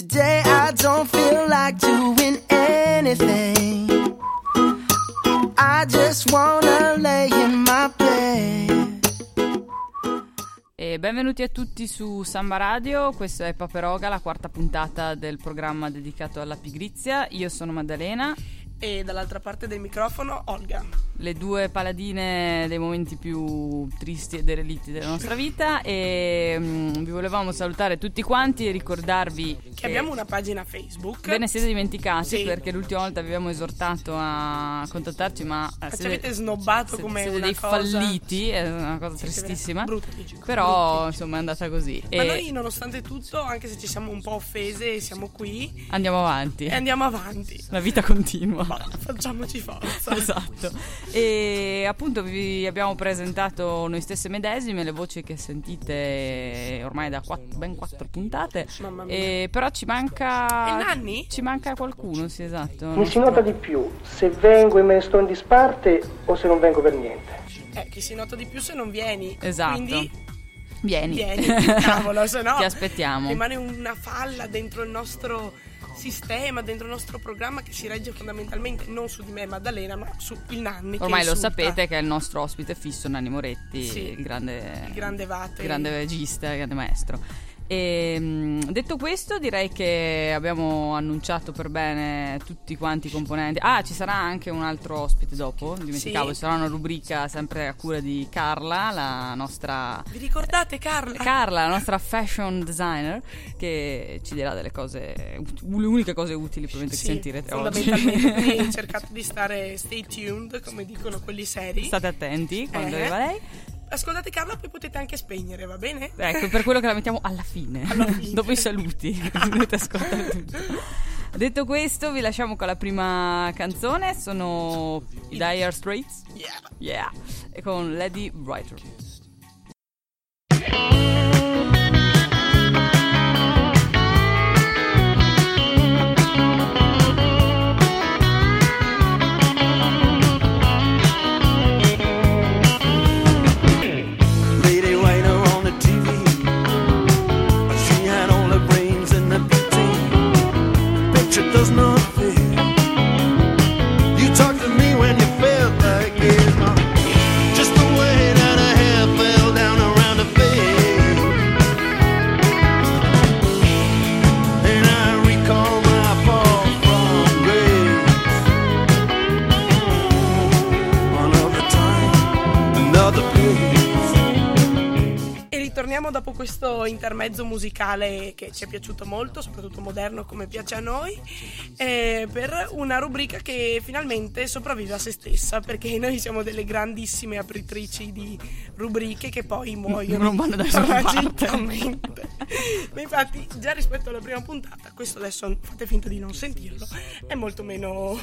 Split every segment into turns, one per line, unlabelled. Today I don't feel like doing anything. I just wanna lay in my bed.
E benvenuti a tutti su Samba Radio, questa è Paperoga, la quarta puntata del programma dedicato alla pigrizia. Io sono Maddalena,
E dall'altra parte del microfono Olga.
le due paladine dei momenti più tristi e derelitti della nostra vita e mm, vi volevamo salutare tutti quanti e ricordarvi che,
Che abbiamo una pagina Facebook.
Ve ne siete dimenticati
Sì.
perché l'ultima volta vi abbiamo esortato a contattarci, ma eh,
Ah, Ci
siete-
avete snobbato
siete-
come
siete
una
dei
cosa-
falliti, è una cosa
Sì, sì,
tristissima.
Brutti.
Però
Brutti.
insomma è andata così.
Ma
e
noi nonostante tutto, anche se ci siamo un po' offese, siamo qui
andiamo avanti.
e andiamo avanti.
Esatto. La vita continua.
Ma facciamoci forza.
Esatto. E appunto vi abbiamo presentato noi stesse medesime, le voci che sentite ormai da quatt- ben quattro puntate.
Mamma mia.
E però ci manca.
E Nanni?
Ci manca qualcuno, sì, esatto.
Mi si nota di più se vengo e me ne sto in disparte o se non vengo per niente.
Eh, che si nota di più se non vieni.
Esatto.
Quindi
Vieni.
vieni, cavolo, se no
Ti aspettiamo.
Rimane una falla dentro il nostro sistema, dentro il nostro programma che si regge fondamentalmente non su di me Maddalena, ma su il Nanni. che
Ormai lo
insulta.
sapete che è il nostro ospite fisso Nanni Moretti,
Sì.
il grande,
Il grande Vatel.
il grande regista, il grande maestro. E, mh, detto questo, direi che abbiamo annunciato per bene tutti quanti i componenti. Ah, ci sarà anche un altro ospite dopo, dimenticavo,
Sì.
ci sarà una rubrica sempre a cura di Carla, la nostra
Vi ricordate Carla?
Carla, la nostra fashion designer, che ci dirà delle cose, ut- le uniche cose utili probabilmente
Sì,
che sentirete oggi.
fondamentalmente quindi cercate di stare stay tuned come dicono quelli seri
State attenti quando
Eh.
arriva lei.
ascoltate Carla poi potete anche spegnere va bene?
Ecco, per quello che la mettiamo alla fine,
Alla fine.
dopo i saluti. così dovete ascoltare tutto. Detto questo, vi lasciamo con la prima canzone, sono i Dire Straits,
Yeah.
yeah, e con Lady Writer.
Lady Rhino on the TV. But she had all the brains and the beauty. Picture does not fit. You talk to me when you felt like it. Just the way that her hair fell down around her face. And I recall my fall from grace. Another time, another place.
E ritorniamo dopo questo intermezzo musicale che ci è piaciuto molto, soprattutto moderno come piace a noi, eh, per una rubrica che finalmente sopravvive a se stessa, perché noi siamo delle grandissime apritrici di rubriche che poi muoiono.
Non vanno da nessuna parte.
tragicamente. Ma infatti già rispetto alla prima puntata, questo adesso fate finta di non sentirlo, è molto meno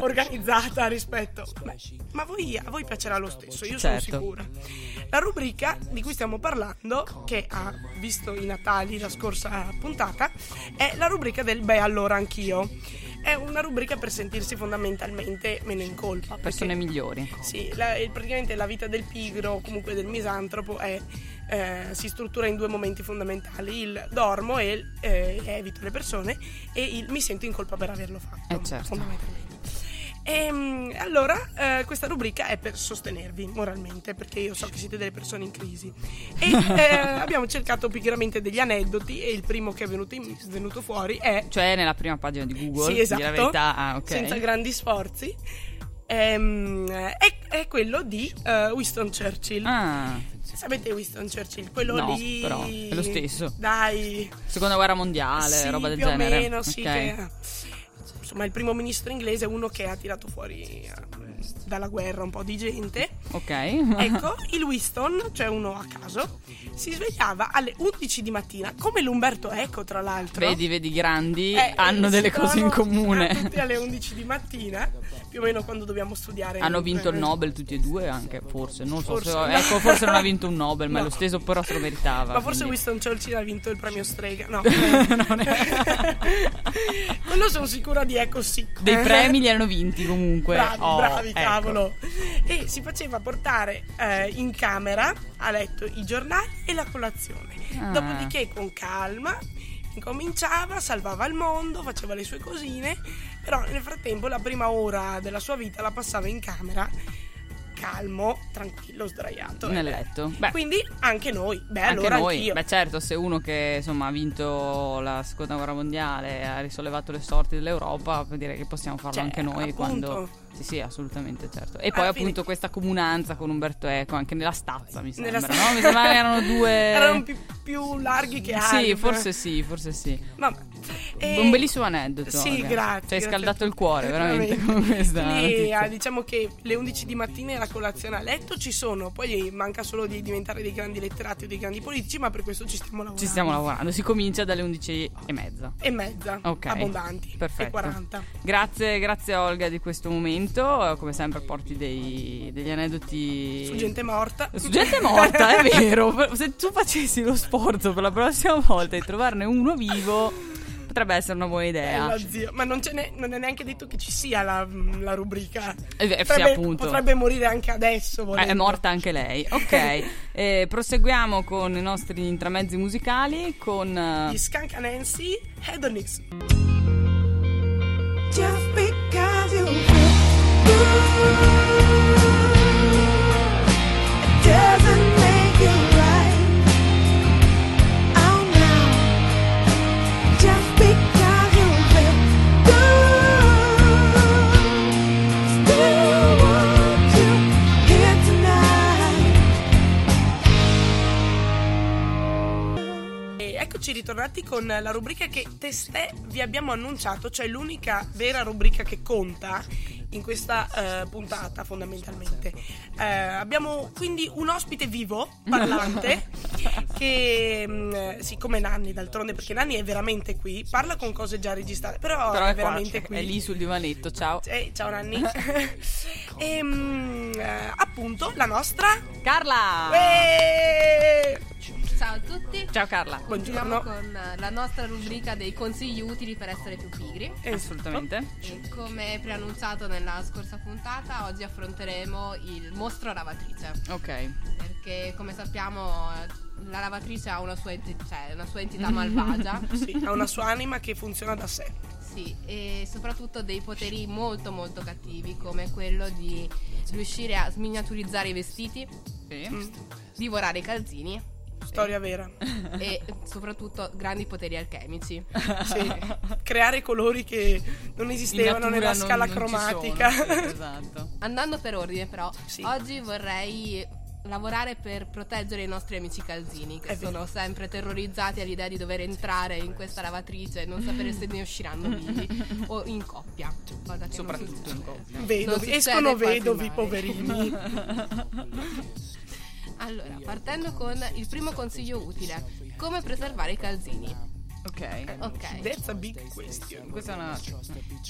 organizzata rispetto... Beh, ma voi- a voi piacerà lo stesso, io sono
Certo.
sicura. La rubrica di cui stiamo parlando, che ha visto i Natali la scorsa puntata, è la rubrica del Beh allora anch'io. È una rubrica per sentirsi fondamentalmente meno in colpa. perché-
Persone migliori.
Sì, la- il- praticamente la vita del pigro, o comunque del misantropo, è, eh, si struttura in due momenti fondamentali, il dormo e il eh, evito le persone e il mi sento in colpa per averlo fatto.
Eh, certo.
Fondamentalmente. Ehm, allora, eh, questa rubrica è per sostenervi moralmente, perché io so che siete delle persone in crisi. E eh, abbiamo cercato pigramente degli aneddoti e il primo che è venuto, in- venuto fuori è
Cioè nella prima pagina di Google,
sì, esatto.
dire la verità, ah, ok.
senza grandi sforzi. Ehm, è, è quello di eh, Winston Churchill.
Ah,
Sapete Winston Churchill? Quello
No,
lì.
però è lo stesso.
Dai,
seconda guerra mondiale,
sì,
roba del
più
genere.
o meno, sì.
ok.
che- insomma, il primo ministro inglese è uno che ha tirato fuori eh, dalla guerra un po' di gente.
Ok.
Ecco, il Winston, cioè uno a caso, si svegliava alle 11 di mattina, come l'Umberto Eco, tra l'altro.
Vedi, vedi, i grandi
Eh,
hanno
si
delle cose in
trovano
comune.
Tutti alle 11 di mattina, più o meno quando dobbiamo studiare.
Hanno vinto il
Eh,
Nobel tutti e due, anche forse, non so
Forse
se-
no.
ecco, forse non ha vinto un Nobel, ma
No.
lo stesso però se lo meritava.
Ma forse
quindi-
Winston Churchill ha vinto il premio strega. No,
Non è-
quello sono sicura di Eco sì.
Dei premi li hanno vinti comunque.
Eh. Bravi,
Oh,
bravi,
ecco.
cavolo. E si faceva portare eh, in camera a letto i giornali e la colazione.
Ah.
Dopodiché, con calma, incominciava, salvava il mondo, faceva le sue cosine, però nel frattempo la prima ora della sua vita la passava in camera, calmo, tranquillo, sdraiato.
Nel letto. Beh,
Quindi anche noi, beh
anche
allora
noi.
anch'io.
Beh, certo, se uno che insomma ha vinto la seconda guerra mondiale ha risollevato le sorti dell'Europa, può dire che possiamo farlo
Cioè,
anche noi
appunto.
quando. Sì, sì, assolutamente certo. E poi
Alla fine-
appunto questa comunanza con Umberto Eco, anche nella stazza, mi sembra.
Nella sta-
No? Mi sembra che erano due.
Erano pi- più larghi che
sì,
altri.
forse sì, forse sì.
Vabbè. E-
Un bellissimo aneddoto.
Sì,
ragazzi. Ci
grazie.
Cioè, hai
grazie.
scaldato il cuore, veramente, con questa
Lì,
notizia.
ah, diciamo che le 11 di mattina era colazione a letto, ci sono, poi manca solo di diventare dei grandi letterati o dei grandi politici, ma per questo ci stiamo lavorando.
Ci stiamo lavorando. Si comincia dalle 11 e mezza.
E mezza,
Ok.
abbondanti.
Perfetto.
E 40.
Grazie, grazie Olga di questo momento. Come sempre porti dei- degli aneddoti.
Su gente morta.
Su gente morta, eh, è vero. Se tu facessi lo sforzo per la prossima volta di trovarne uno vivo, potrebbe essere una buona idea.
Bello, zio. Ma non, ce n'è- non è neanche detto che ci sia la, la rubrica.
Eh, beh, sì,
potrebbe,
appunto.
potrebbe morire anche adesso.
Eh,
volendo.
È morta anche lei. Ok, Eh, proseguiamo con i nostri intramezzi musicali. Con eh,
Gli Skunk Nancy, Hedonix.
Just because you feel good, it doesn't make you right. Oh no, just because you feel good, still want you here tonight.
E eccoci ritornati con la rubrica che testè vi abbiamo annunciato, cioè l'unica vera rubrica che conta in questa eh, puntata fondamentalmente. Eh, abbiamo quindi un ospite vivo, parlante, che mh, siccome Nanni d'altronde, perché Nanni è veramente qui, parla con cose già registrate, però,
però
è
è, qua,
veramente
cioè,
qui.
è lì sul divanetto. Ciao,
Eh, ciao Nanni. e mh, eh, appunto la nostra...
Carla.
Eh,
Ciao a tutti.
Ciao, Carla.
Continuiamo
Buongiorno.
con eh, la nostra rubrica dei consigli utili per essere più pigri.
Eh,
Assolutamente.
E come preannunciato nella scorsa puntata, oggi affronteremo il mostro lavatrice.
Ok.
Perché, come sappiamo, eh, la lavatrice ha una sua, enti- cioè, una sua entità malvagia.
Sì, ha una sua anima che funziona da sé.
Sì, e soprattutto dei poteri molto molto cattivi, come quello di riuscire a sminiaturizzare i vestiti,
Sì.
Mm.
divorare i calzini
Storia vera.
e soprattutto grandi poteri alchemici.
Sì. Creare colori che non esistevano
In natura
nella scala
non- non ci
cromatica.
sono, sì, esatto.
Andando per ordine, però,
Sì.
oggi vorrei lavorare per proteggere i nostri amici calzini, che
È vero.
sono sempre terrorizzati all'idea di dover entrare in questa lavatrice e non sapere se ne usciranno vivi o in coppia. Cosa che non
Soprattutto in
succede.
coppia.
Non
vedovi,
succede
escono
quasi
vedovi,
mai.
poverini.
Allora, partendo con il primo consiglio utile, come preservare i calzini.
Ok.
Ok,
That's a big question.
Questa è una.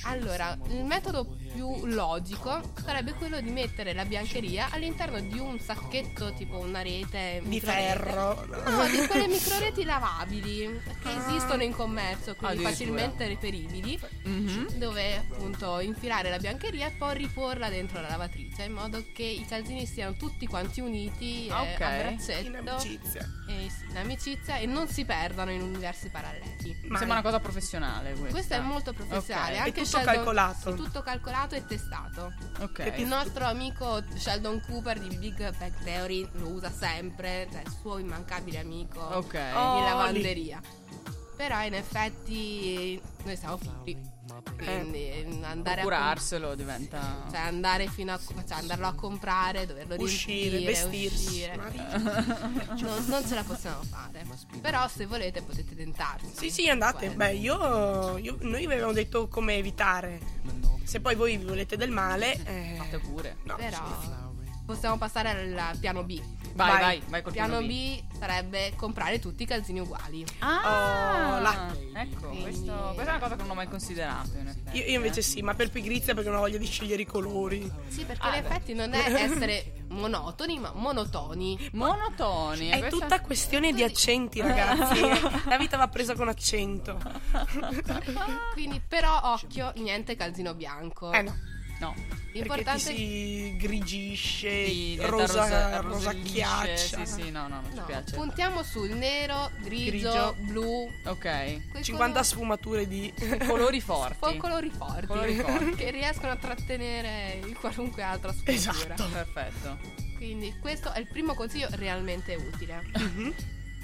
allora, il metodo più logico sarebbe quello di mettere la biancheria all'interno di un sacchetto, tipo una rete
Di
microrete.
ferro.
No, di quelle microreti lavabili che esistono in commercio, quindi
Addirittura.
facilmente reperibili,
Mhm.
dove appunto infilare la biancheria e poi riporla dentro la lavatrice, in modo che i calzini siano tutti quanti uniti eh,
Ah, ok.
a
In
braccetto
amicizia.
e s- in amicizia e non si perdano in universi paralleli.
Mi Sembra una cosa professionale questa.
Questo è molto professionale,
Ok.
anche
tutto
Sheldon-
calcolato.
sì, tutto calcolato e testato.
Ok.
Il nostro amico Sheldon Cooper di Big Bang Theory lo usa sempre, cioè il suo immancabile amico
Ok.
di
Oh,
lavanderia. Però in effetti noi siamo figli, quindi eh, andare a
Curarselo diventa.
cioè andare fino a cioè andarlo a comprare, doverlo
Uscire,
riempire,
vestirsi.
uscire,
Ma-
non, non ce la possiamo fare. Però se volete potete tentarci.
Sì, sì, andate.
Quello.
Beh, io, io- Noi vi avevamo detto come evitare. Se poi voi vi volete del male. eh,
Fate pure.
no.
Però possiamo passare al piano B.
Vai, vai,
Vai.
vai, col
piano B sarebbe comprare tutti i calzini uguali.
Ah,
Oh, là.
ecco,
Quindi-
questo, questa è una cosa che non ho mai considerato. In effetti,
Io, io invece
eh.
sì, ma per pigrizia perché non ho voglia di scegliere i colori.
Sì, perché in effetti non è essere monotoni, ma monotoni.
Monotoni.
È
questa-
tutta questione di accenti, ragazzi. La vita va presa con accento.
Quindi, però, occhio, niente calzino bianco.
Eh no.
No.
Perché ti
L'importante
si
Sì,
grigisce,
diventa
rosa,
rosa-
rosacchiaccia.
Sì, sì, no, no, non ci
No,
piace.
puntiamo sul nero, grigio,
Grigio.
blu.
Ok.
quei
50 sfumature di...
Colori forti.
colo- colori forti,
Colori forti.
che riescono a trattenere il qualunque altra sfumatura.
Esatto.
Perfetto.
Quindi questo è il primo consiglio realmente utile.
Mhm.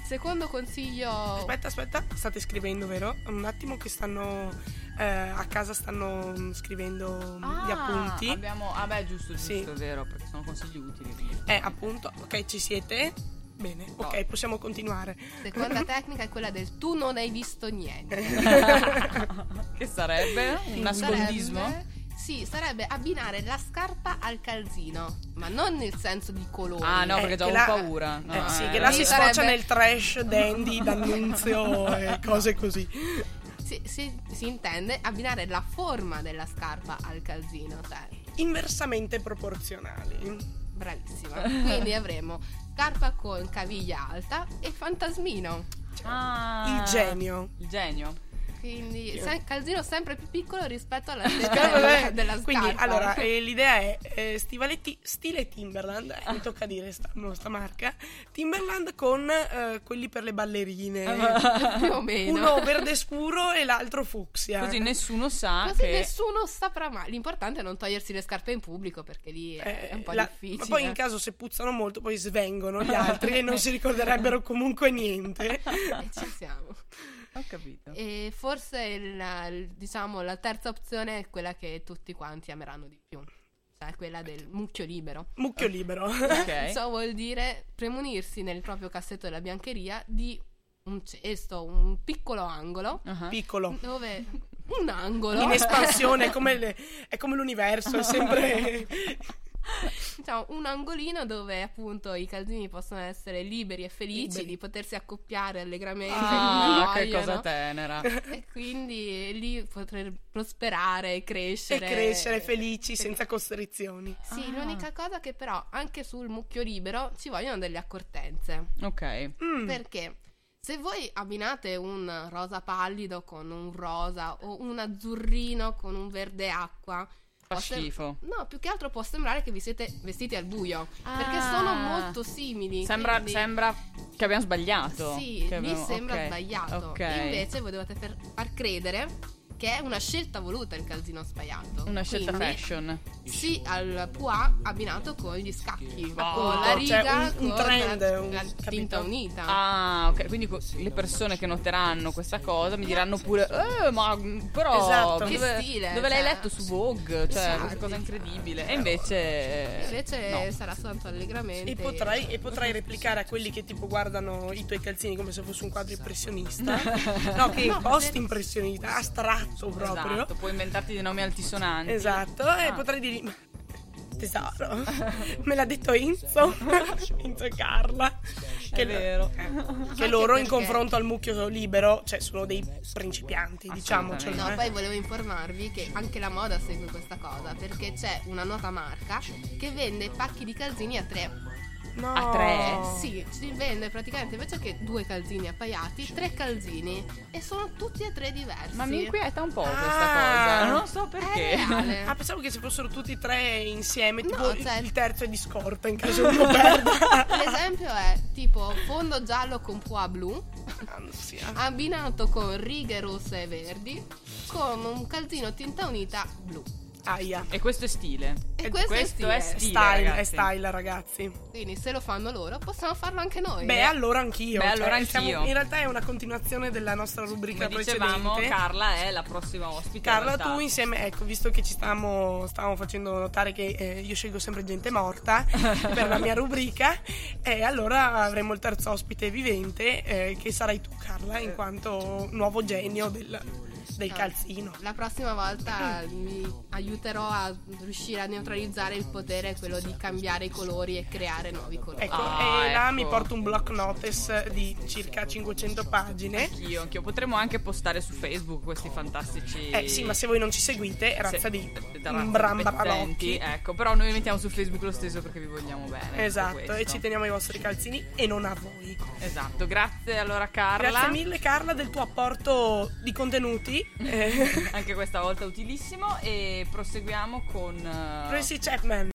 Secondo
Oh.
consiglio
Aspetta, aspetta, state scrivendo, vero? Un attimo che stanno... eh, a casa stanno mm, scrivendo mm, gli
Ah,
appunti.
Abbiamo, ah beh, giusto, giusto,
Sì.
è vero, perché sono consigli utili. quindi.
Eh, appunto. Ok, ci siete? Bene, ok, possiamo continuare.
Seconda tecnica è quella del tu non hai visto
Eh.
niente.
che sarebbe un nascondismo?
Sarebbe- sì, sarebbe abbinare la scarpa al calzino, ma non nel senso di colore.
Ah no,
Eh,
perché già
che
ho
là-
paura. No,
eh, sì,
eh,
che là
sì,
si
sarebbe-
sfocia nel trash dandy d'annunzio e cose così.
Si, si- si intende abbinare la forma della scarpa al calzino, cioè,
Inversamente proporzionali.
bravissima. Quindi avremo scarpa con caviglia alta e fantasmino.
Ah.
Il genio.
Il genio.
Quindi se- calzino sempre più piccolo rispetto alla stessa della,
Cioè, Vabbè,
della scarpa.
Quindi, allora, eh, l'idea è eh, stivaletti stile Timberland, eh, mi tocca dire sta, no, sta marca, Timberland con eh, quelli per le ballerine,
più o Ah. meno.
uno verde scuro e l'altro fucsia.
Così nessuno sa
Così
che
nessuno saprà mai. L'importante è non togliersi le scarpe in pubblico perché lì è,
Eh,
un po'
la-
difficile.
Ma poi in caso se puzzano molto poi svengono gli altri e non si ricorderebbero comunque niente.
E ci siamo.
Ho capito.
E forse il- il- diciamo la terza opzione è quella che tutti quanti ameranno di più. Cioè quella del mucchio libero.
Mucchio libero.
Ah.
Ok.
Ciò vuol dire premunirsi nel proprio cassetto della biancheria di un cesto, un piccolo angolo
Ah.
Piccolo.
dove un angolo
In espansione, è come le- è come l'universo, è sempre...
diciamo, un angolino dove appunto i calzini possono essere liberi e felici
Liberi.
di potersi accoppiare allegramente
Ah,
come
che cosa
vogliono.
tenera.
e quindi lì poter prosperare e
e
crescere
crescere felici senza costrizioni.
sì
Ah.
l'unica cosa che però anche sul mucchio libero ci vogliono delle accortenze
Ok.
Mm,
perché se voi abbinate un rosa pallido con un rosa o un azzurrino con un verde acqua
Fa
può sem-
schifo.
No, più che altro può sembrare che vi siete vestiti al buio,
Ah.
perché sono molto simili.
Sembra,
quindi-
sembra che abbiamo sbagliato.
Sì,
Che
mi
abbiamo-
sembra
ok,
sbagliato.
Ok.
Invece voi dovete fer- far credere che è una scelta voluta il calzino sbagliato.
Una scelta
Quindi,
fashion.
Sì, al pois abbinato con gli scacchi. con la
cioè,
riga,
un- un
con
trend,
la,
un-
la
capito?
tinta unita.
Ah, ok. Quindi co- le persone che noteranno questa cosa mi diranno pure, eh, ma mm, però
Esatto.
Che
dove,
stile,
dove
cioè.
l'hai letto su Vogue? Cioè,
Esatto.
questa cosa incredibile. E invece,
Invece
no.
sarà soltanto allegramente.
E potrai, e potrai replicare a quelli che tipo guardano i tuoi calzini come se fosse un quadro impressionista. No, che
No,
post
perché-
impressionista, astratto proprio.
Esatto, puoi inventarti dei nomi altisonanti.
Esatto, e
Ah.
potrei dirgli "Ma, tesoro, me l'ha detto Enzo, Enzo e Carla, che,
È vero.
che loro in
perché-
confronto al mucchio libero, cioè sono dei principianti, diciamocelo.
No,
eh.
poi volevo informarvi che anche la moda segue questa cosa perché c'è una nota marca che vende pacchi di calzini a tre.
eh. No.
A tre?
Sì, si vende praticamente invece che due calzini appaiati, tre calzini e sono tutti e tre diversi.
Ma mi inquieta un po' questa
Ah.
cosa. Non so
È
perché.
reale.
Ah, pensavo che se fossero tutti e tre insieme, tipo
No,
il-
cioè-
il terzo è di scorta in caso uno perda.
L'esempio è tipo fondo giallo con pois blu,
Ansia.
abbinato con righe rosse e verdi, con un calzino tinta unita blu.
Aia.
E questo è style.
E
Eh,
questo,
questo
è
è
stile.
stile.
Style, è
ragazzi.
style, ragazzi.
Quindi se lo fanno loro, possiamo farlo anche noi.
Beh, allora anch'io. cioè,
Beh, allora
siamo-
anch'io.
in realtà è una continuazione della nostra rubrica
Come dicevamo,
precedente.
Carla è la prossima ospite.
Carla,
in realtà.
tu insieme, ecco, visto che ci stiamo, stavamo facendo notare che eh, io scelgo sempre gente morta per la mia rubrica, e allora avremo il terzo ospite vivente, eh, che sarai tu, Carla,
Eh.
in quanto nuovo genio del, del
Ah.
calzino.
La prossima volta mi aiuterò a riuscire a neutralizzare il potere, quello di cambiare i colori e creare nuovi colori.
Ecco,
Ah,
e là
ecco.
mi porto un block notice di circa 500 pagine.
Anch'io, anch'io. Potremmo anche postare su Facebook questi fantastici.
Eh sì, ma se voi non ci seguite, razza
se-
di
da-
un
pezzenti,
brambaralocchi.
Ecco, però noi mettiamo su Facebook lo stesso perché vi vogliamo bene. tutto
Esatto, e
questo.
ci teniamo ai vostri calzini e non a voi.
Esatto, grazie allora Carla.
Grazie mille Carla del tuo apporto di contenuti Eh,
Anche questa volta utilissimo. E proseguiamo con. eh,
Tracy Chapman.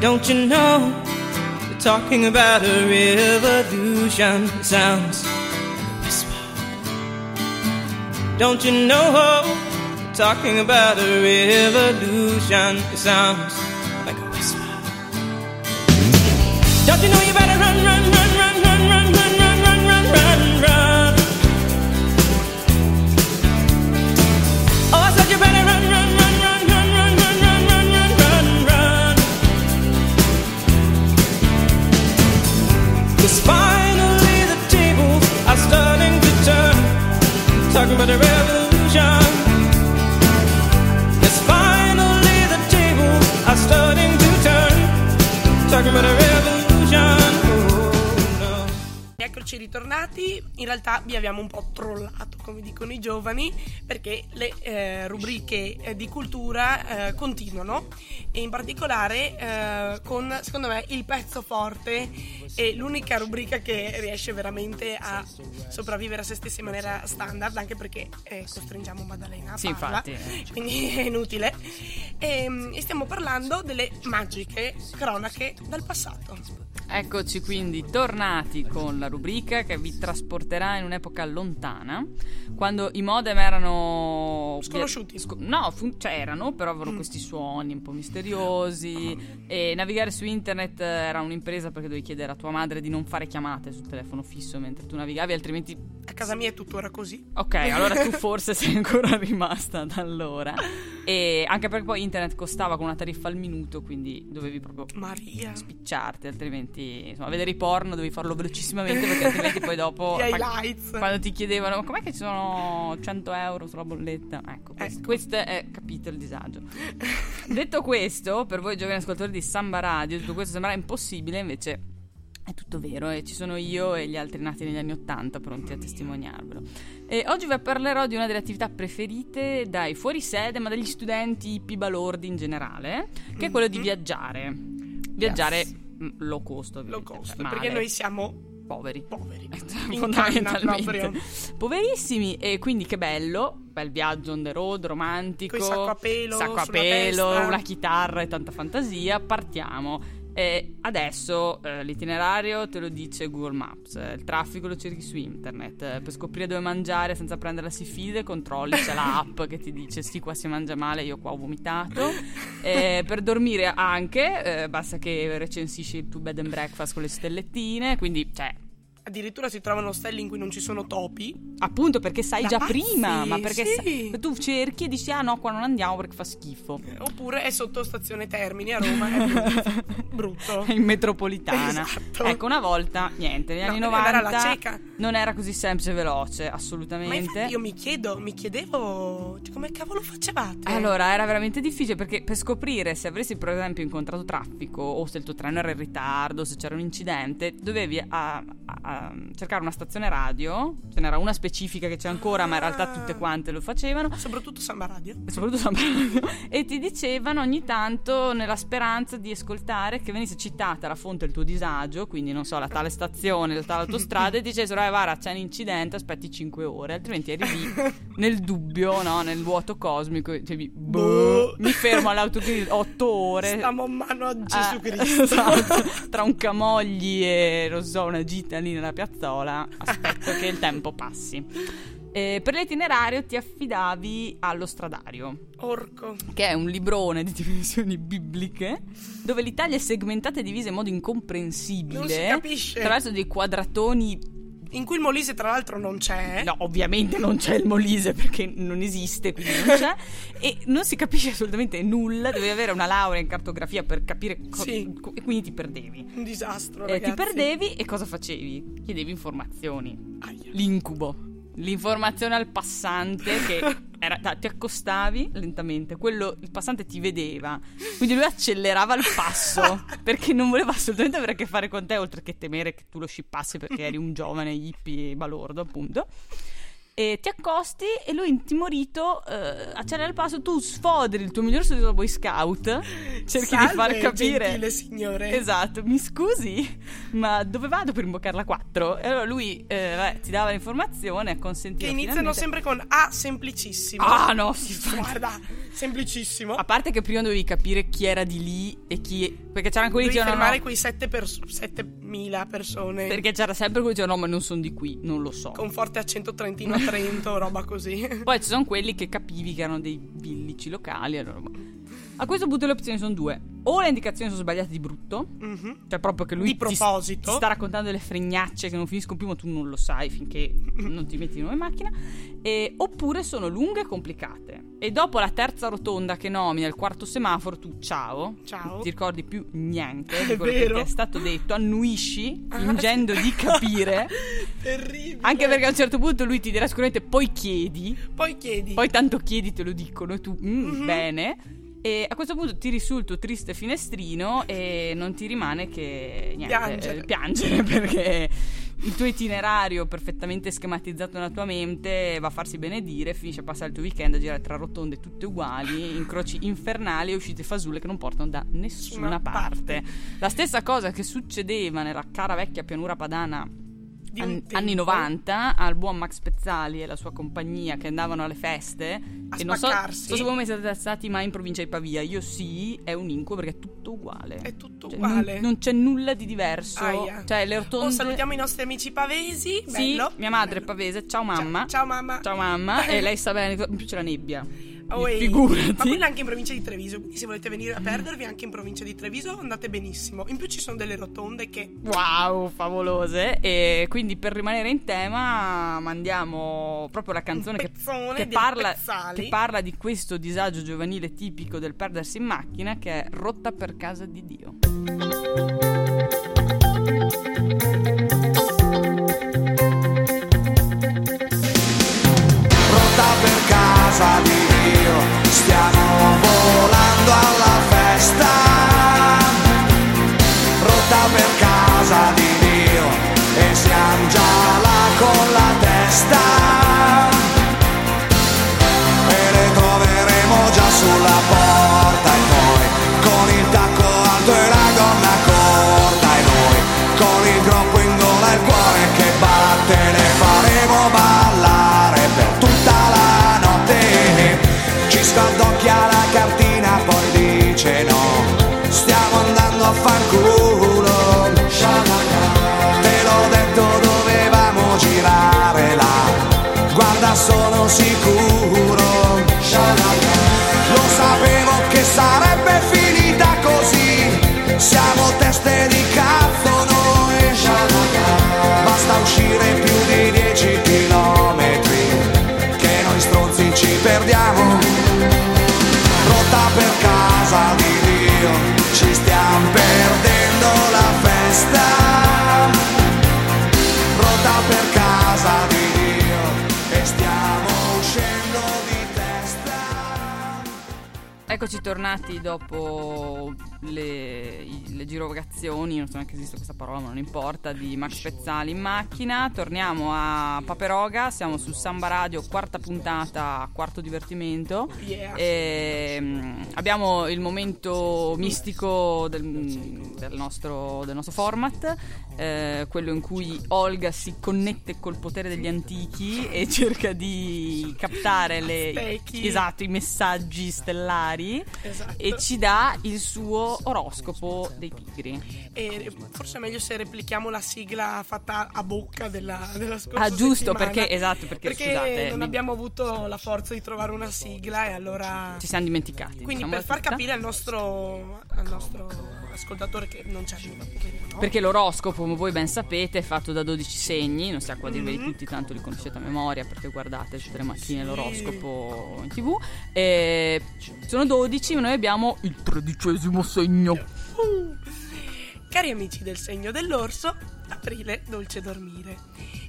Don't you know? We're talking about a revolution. Sounds like a whisper. Don't you know? We're talking about a revolution. Sounds like a whisper. Don't you know you better run, run, run, run, run, run, run, run, run, run, run, run. Oh, I said you better run, run, run, run, run, run, run, run, run, run, run, run. Cause finally the tables are starting to turn. Talking about a revolution. Yes, finally the tables are starting to turn. Talking about a revolution. Oh, no.
Eccoci ritornati, in realtà vi abbiamo un po' trollato come dicono i giovani perché le eh, rubriche eh, di cultura eh, continuano e in particolare eh, con secondo me il pezzo forte è l'unica rubrica che riesce veramente a sopravvivere a se stessa in maniera standard anche perché eh, costringiamo Maddalena a
Sì,
farla,
infatti.
quindi è inutile Ehm, e stiamo parlando delle magiche cronache dal passato.
Eccoci quindi tornati con la rubrica che vi trasporterà in un'epoca lontana, quando i modem erano...
Sconosciuti.
no, fun- cioè erano, però avevano questi suoni un po' misteriosi e navigare su internet eh, era un'impresa perché dovevi chiedere a tua madre di non fare chiamate sul telefono fisso mentre tu navigavi, altrimenti
A casa mia è tuttora così.
Ok, allora tu forse sei ancora rimasta da allora. E anche perché poi internet costava con una tariffa al minuto, quindi dovevi proprio
Maria.
spicciarti, altrimenti insomma, vedere i porno dovevi farlo velocissimamente perché altrimenti poi dopo
Gli
ma-
highlights.
quando ti chiedevano "Ma com'è che ci sono 100 euro sulla bolletta ecco, questo,
Ecco.
questo è capito il disagio detto questo per voi giovani ascoltatori di Samba Radio tutto questo sembra impossibile invece è tutto vero e ci sono io e gli altri nati negli anni 80 pronti a testimoniarvelo e oggi vi parlerò di una delle attività preferite dai fuorisede ma dagli studenti pibalordi in generale che è quello
Mm-hmm.
di viaggiare viaggiare mm, low cost
Low
ovviamente cioè
cost,
male,
perché noi siamo
poveri
poveri. In canna proprio.
fondamentalmente poverissimi e quindi che bello bel viaggio on the road romantico
Coi sacco a pelo
sacco a
sulla
pelo,
testa.
una chitarra e tanta fantasia partiamo Eh, adesso eh, l'itinerario te lo dice Google Maps eh, il traffico lo cerchi su internet eh, per scoprire dove mangiare senza prendere la sifide controlli c'è l'app che ti dice sì qua si mangia male io qua ho vomitato Eh, per dormire anche eh, basta che recensisci il tuo bed and breakfast con le stellettine quindi cioè
Addirittura si trovano ostelli in cui non ci sono topi.
Appunto perché sai
Da
già
pazzi,
prima, ma perché
sì.
sa- tu cerchi e dici ah no qua non andiamo perché fa schifo.
eh, Oppure è sotto stazione Termini a Roma. È brutto.
È in metropolitana.
Esatto.
Ecco una volta niente, negli
No,
anni
devi
90
andare alla cieca.
non era così semplice e veloce,
Ma
assolutamente.
infatti io mi chiedo, mi chiedevo cioè, come cavolo facevate?
Allora, era veramente difficile perché per scoprire se avresti, per esempio, incontrato traffico o se il tuo treno era in ritardo, se c'era un incidente, dovevi a- a- a cercare una stazione radio. Ce n'era una specifica che c'è ancora, ma in realtà
Ah.
tutte quante lo facevano.
Soprattutto Samba Radio.
soprattutto San Paolo, e ti dicevano ogni tanto nella speranza di ascoltare che venisse citata la fonte del tuo disagio, quindi non so, la tale stazione, la tale autostrada, e dicessero, eh Vara, c'è un incidente, aspetti 5 ore, altrimenti eri lì nel dubbio, no, nel vuoto cosmico, e dicevi, boh, mi fermo all'autocrisi 8 ore.
Stiamo a mano a Gesù
Ah,
Cristo.
esatto. tra un camogli e non so, una gita lì nella piazzola, aspetto che il tempo passi. Eh, per l'itinerario ti affidavi allo stradario,
Orco.
che è un librone di dimensioni bibliche, dove l'Italia è segmentata e divisa in modo incomprensibile.
Non si capisce.
Attraverso dei quadratoni.
In cui il Molise tra l'altro non c'è.
No, ovviamente non c'è il Molise perché non esiste, quindi non c'è. e non si capisce assolutamente nulla. Dovevi avere una laurea in cartografia per capire cosa.
Sì.
E quindi ti perdevi.
Un disastro,
Eh,
ragazzi.
ti perdevi e cosa facevi? Chiedevi informazioni
Aia.
l'incubo. L'informazione al passante che era- ta- ti accostavi lentamente, quello, il passante ti vedeva, quindi lui accelerava il passo perché non voleva assolutamente avere a che fare con te, oltre che temere che tu lo scippassi perché eri un giovane hippie balordo, appunto. E ti accosti e lui intimorito eh, accelera il passo, tu sfoderi il tuo miglior socio da Boy Scout, cerchi di
Salve,
far capire...
gentile signore.
Esatto, mi scusi, ma dove vado per imboccarla 4? E allora lui eh, vabbè, ti dava l'informazione, a
Che
consentire...
iniziano sempre con A semplicissimo.
Ah no, si fa...
Guarda, semplicissimo.
A parte che prima dovevi capire chi era di lì e chi... Perché c'erano quelli
Devi
che dicevano...
fermare
no,
quei 7 7000 persone
perché c'era sempre quelli che dicevano no, ma non sono di qui, non lo so.
con forte accento trentino a Trento, roba così.
Poi ci sono quelli che capivi che erano dei villici locali. allora, boh. A questo punto le opzioni sono due. O le indicazioni sono sbagliate di brutto,
Mhm.
cioè proprio che lui
Di
ti-
proposito.
ti sta raccontando delle fregnacce che non finiscono più, ma tu non lo sai finché non ti metti di nuovo in macchina. E- oppure sono lunghe e complicate. E dopo la terza rotonda che nomina, il quarto semaforo, tu ciao. Cioè,
Ciao.
Non ti ricordi più niente
È
di quello che
vero.
ti è stato detto, annuisci fingendo di capire.
Terribile.
Anche perché a un certo punto lui ti dirà sicuramente poi chiedi.
poi chiedi
Poi tanto chiedi, te lo dicono e tu, "Mm, bene. E a questo punto tiri su il tuo triste finestrino e non ti rimane che niente,
Piangere.
eh, piangere perché il tuo itinerario perfettamente schematizzato nella tua mente va a farsi benedire, finisce a passare il tuo weekend a girare tra rotonde tutte uguali, incroci infernali e uscite fasulle che non portano da nessuna
Una
parte. La stessa cosa che succedeva nella cara vecchia pianura padana
di un
an-
tempo
anni 90 al buon Max Pezzali e la sua compagnia che andavano alle feste
A
e non so, non
spaccarsi.
so se voi mai siete stati mai in provincia di Pavia io sì è un incubo perché è tutto uguale
È tutto
Cioè,
uguale.
non, non c'è nulla di diverso
Aia.
cioè le rotonde
Oh, salutiamo i nostri amici pavesi.
sì,
Bello.
mia madre è
Bello.
pavese ciao mamma
Ciao, ciao, mamma.
Ciao mamma e lei sa bene in più c'è la nebbia
Oh, ehi.
figurati
Ma quella anche in provincia di Treviso. Quindi se volete venire a perdervi anche in provincia di Treviso andate benissimo. In più ci sono delle rotonde che
Wow, favolose! E quindi per rimanere in tema, mandiamo proprio la canzone che,
pezzone
che
dei
parla,
Pezzali.
che parla di questo disagio giovanile tipico del perdersi in macchina, che è Rotta per casa di Dio.
Rotta per casa di Dio, stiamo volando alla festa. Rotta per casa di Dio e siamo già là con la testa. E le troveremo già sulla porta e noi con il tacco alto e la gonna corta e noi con il groppo in gola e il cuore che batte le faremo ballare per tutta la notte ci scaldocchia la cartina poi dice no stiamo andando a far culo te l'ho detto dovevamo girare là guarda sono sicuro lo sapevo che sarebbe finita così siamo teste di cazzo noi basta uscire più di 10 chilometri che noi stronzi ci perdiamo rotta per casa di Dio ci stiamo perdendo la festa rotta per casa di Dio e stiamo uscendo di testa
Eccoci tornati dopo le, i- le girovazioni, non so neanche se esiste questa parola, ma non importa, di Max Pezzali in macchina. Torniamo a Paperoga, siamo su Samba Radio, quarta puntata, quarto divertimento.
Yeah.
E, mm, abbiamo il momento mistico del, mm, del nostro, del nostro format, eh, quello in cui Olga si connette col potere degli antichi e cerca di captare le,
Specchi.
esatto, i messaggi stellari
Esatto.
e ci dà il suo oroscopo dei pigri.
e eh, forse è meglio se replichiamo la sigla fatta a bocca della, della scorsa
Ah, giusto,
settimana.
perché- esatto, perché,
Perché
scusate,
non
mi-
abbiamo avuto la forza di trovare una sigla e allora
Ci siamo dimenticati.
quindi
diciamo
per
la
far
verità.
capire al nostro, al nostro ascoltatore che non c'è arriva poverino, no?
Perché l'oroscopo, come voi ben sapete, è fatto da 12 segni, non stiamo qua a dirveli
Mhm.
tutti, tanto li conoscete a memoria perché guardate tutte le mattine l'oroscopo in tv. E sono 12, ma noi abbiamo il tredicesimo segno.
Cari amici del segno dell'orso, aprile dolce dormire.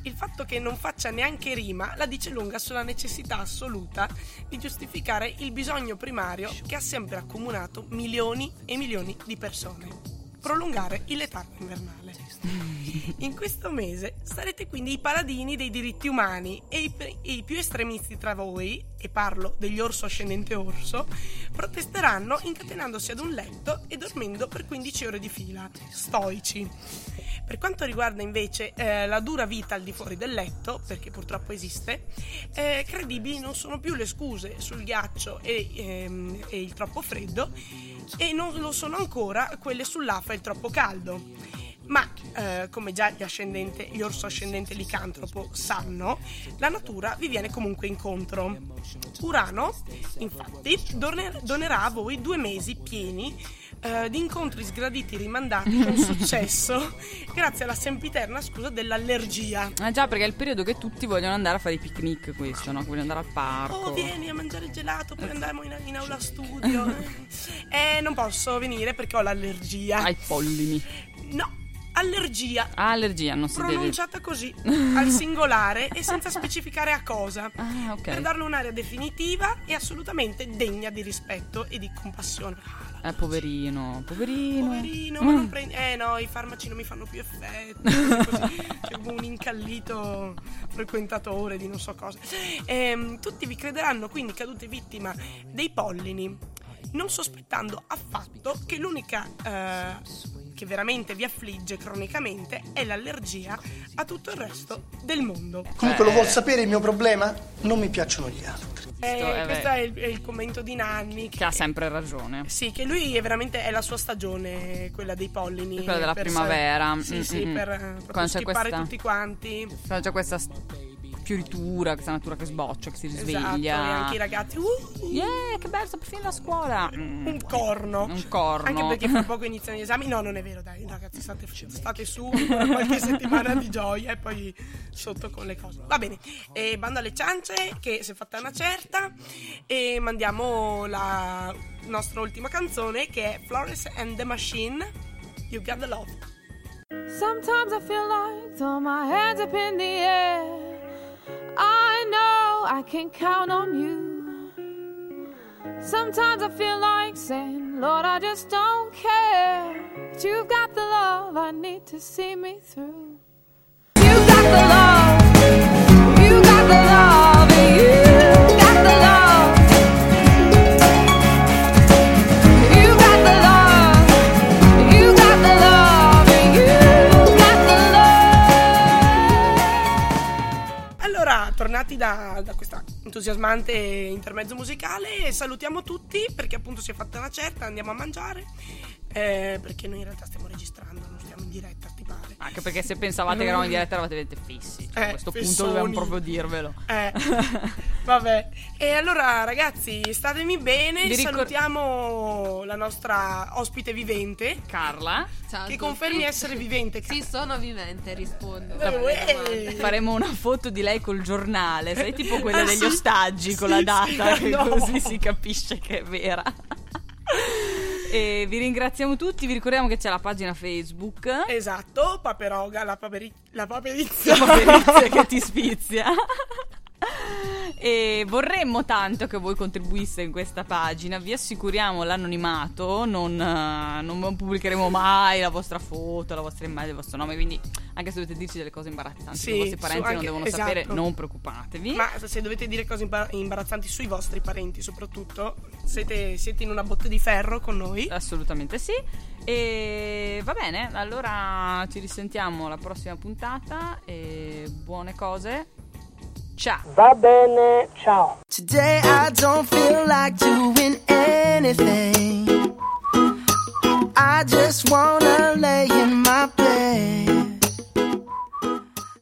Il fatto che non faccia neanche rima la dice lunga sulla necessità assoluta di giustificare il bisogno primario che ha sempre accomunato milioni e milioni di persone. prolungare il letargo invernale. In questo mese sarete quindi i paladini dei diritti umani e i, pe- e i più estremisti tra voi, e parlo degli orso ascendente orso, protesteranno incatenandosi ad un letto e dormendo per 15 ore di fila, stoici. Per quanto riguarda invece eh, la dura vita al di fuori del letto, perché purtroppo esiste, eh, credibili non sono più le scuse sul ghiaccio e, ehm, e il troppo freddo e non lo sono ancora quelle sull'afa e il troppo caldo. Ma eh, come già gli, ascendente- gli orso ascendente licantropo sanno, la natura vi viene comunque incontro. Urano, infatti, doner- donerà a voi due mesi pieni eh, di incontri sgraditi rimandati con successo grazie alla sempiterna scusa dell'allergia.
Ah già, perché è il periodo che tutti vogliono andare a fare i picnic questo, no? Che Vogliono andare al
Oh,
parco.
vieni a mangiare il gelato, poi andiamo in, in aula studio. eh, non posso venire perché ho l'allergia.
Ai pollini.
No, allergia.
Ah, allergia, non si
pronunciata così al singolare e senza specificare a cosa
deve... Ah,
per
ok.
darle un'area definitiva e assolutamente degna di rispetto e di compassione Ah,
Eh, poverino, poverino.
poverino ma non prendi eh no i farmaci non mi fanno più effetto cioè, così. C'è un incallito frequentatore di non so cosa Ehm, tutti vi crederanno quindi cadute vittima dei pollini non sospettando affatto che l'unica eh, che veramente vi affligge cronicamente è l'allergia a tutto il resto del mondo.
Comunque lo vuol sapere il mio problema? Non mi piacciono gli altri.
Eh,
Questo è
questo
vero.
è il, è il commento di Nanni. Che,
Che ha sempre ragione.
sì, che lui è veramente è la sua stagione, quella dei pollini.
Quella della
per-
primavera.
Sì,
Mm,
sì,
mm,
per eh,
mm.
proprio
Quando c'è
schippare
questa-
tutti quanti.
C'è già questa s- fioritura, questa natura che sboccia, che si
Esatto, e
risveglia.
anche i ragazzi. uh,
Yeah, che bello, sta perfino la scuola. Mm.
un corno.
Un corno.
Anche perché fra poco iniziano gli esami. No, non è vero, dai, ragazzi, state, state su ancora qualche settimana di gioia e poi sotto con le cose. Va bene, e bando alle ciance, che si è fatta una certa, e mandiamo la nostra ultima canzone che è Flores and the Machine. You got the love.
Sometimes I feel like throw my hands up in the air. I know I can count on you. Sometimes I feel like saying, Lord, I just don't care. But you've got the love I need to see me through. You've got the love. You got the love. You got the love. You got the love. You got the love, you got the love.
Allora, tornati da, da questa entusiasmante intermezzo musicale, salutiamo tutti perché appunto si è fatta una certa, andiamo a mangiare, eh, perché noi in realtà stiamo registrando, non stiamo in diretta, ti pare.
Anche perché se pensavate che eravamo in diretta eravate fissi. Cioè,
Eh,
a questo
fissoni.
punto dobbiamo proprio dirvelo.
Eh, vabbè. E allora ragazzi, statemi bene,
Vi ricor-
salutiamo la nostra ospite vivente,
Carla,
Ciao a
che
tutti.
confermi essere vivente.
Sì, sono vivente, rispondo.
Eh, uè.
faremo una foto di lei col giornale, sai tipo quella
Ah,
degli
sì?
ostaggi con
Sì,
la data,
sì,
che
no.
così si capisce che è vera. e vi ringraziamo tutti, vi ricordiamo che c'è la pagina Facebook.
Esatto, paperoga, la, paperi- la paperizia.
Siamo felici che ti spizia. E vorremmo tanto che voi contribuisse in questa pagina. Vi assicuriamo l'anonimato, non, eh, non pubblicheremo mai la vostra foto, la vostra immagine, il vostro nome. Quindi, anche se dovete dirci delle cose imbarazzanti
Sì,
che i vostri
su-
parenti non
anche-
devono
esatto.
sapere, non preoccupatevi.
Ma se dovete dire cose imba- imbarazzanti sui vostri parenti, soprattutto, siete, siete in una botte di ferro con noi.
Assolutamente sì. E va bene, allora ci risentiamo alla prossima puntata. E buone cose. Ciao!
Va bene, ciao.
Today I don't feel like doing anything. I just wanna lay in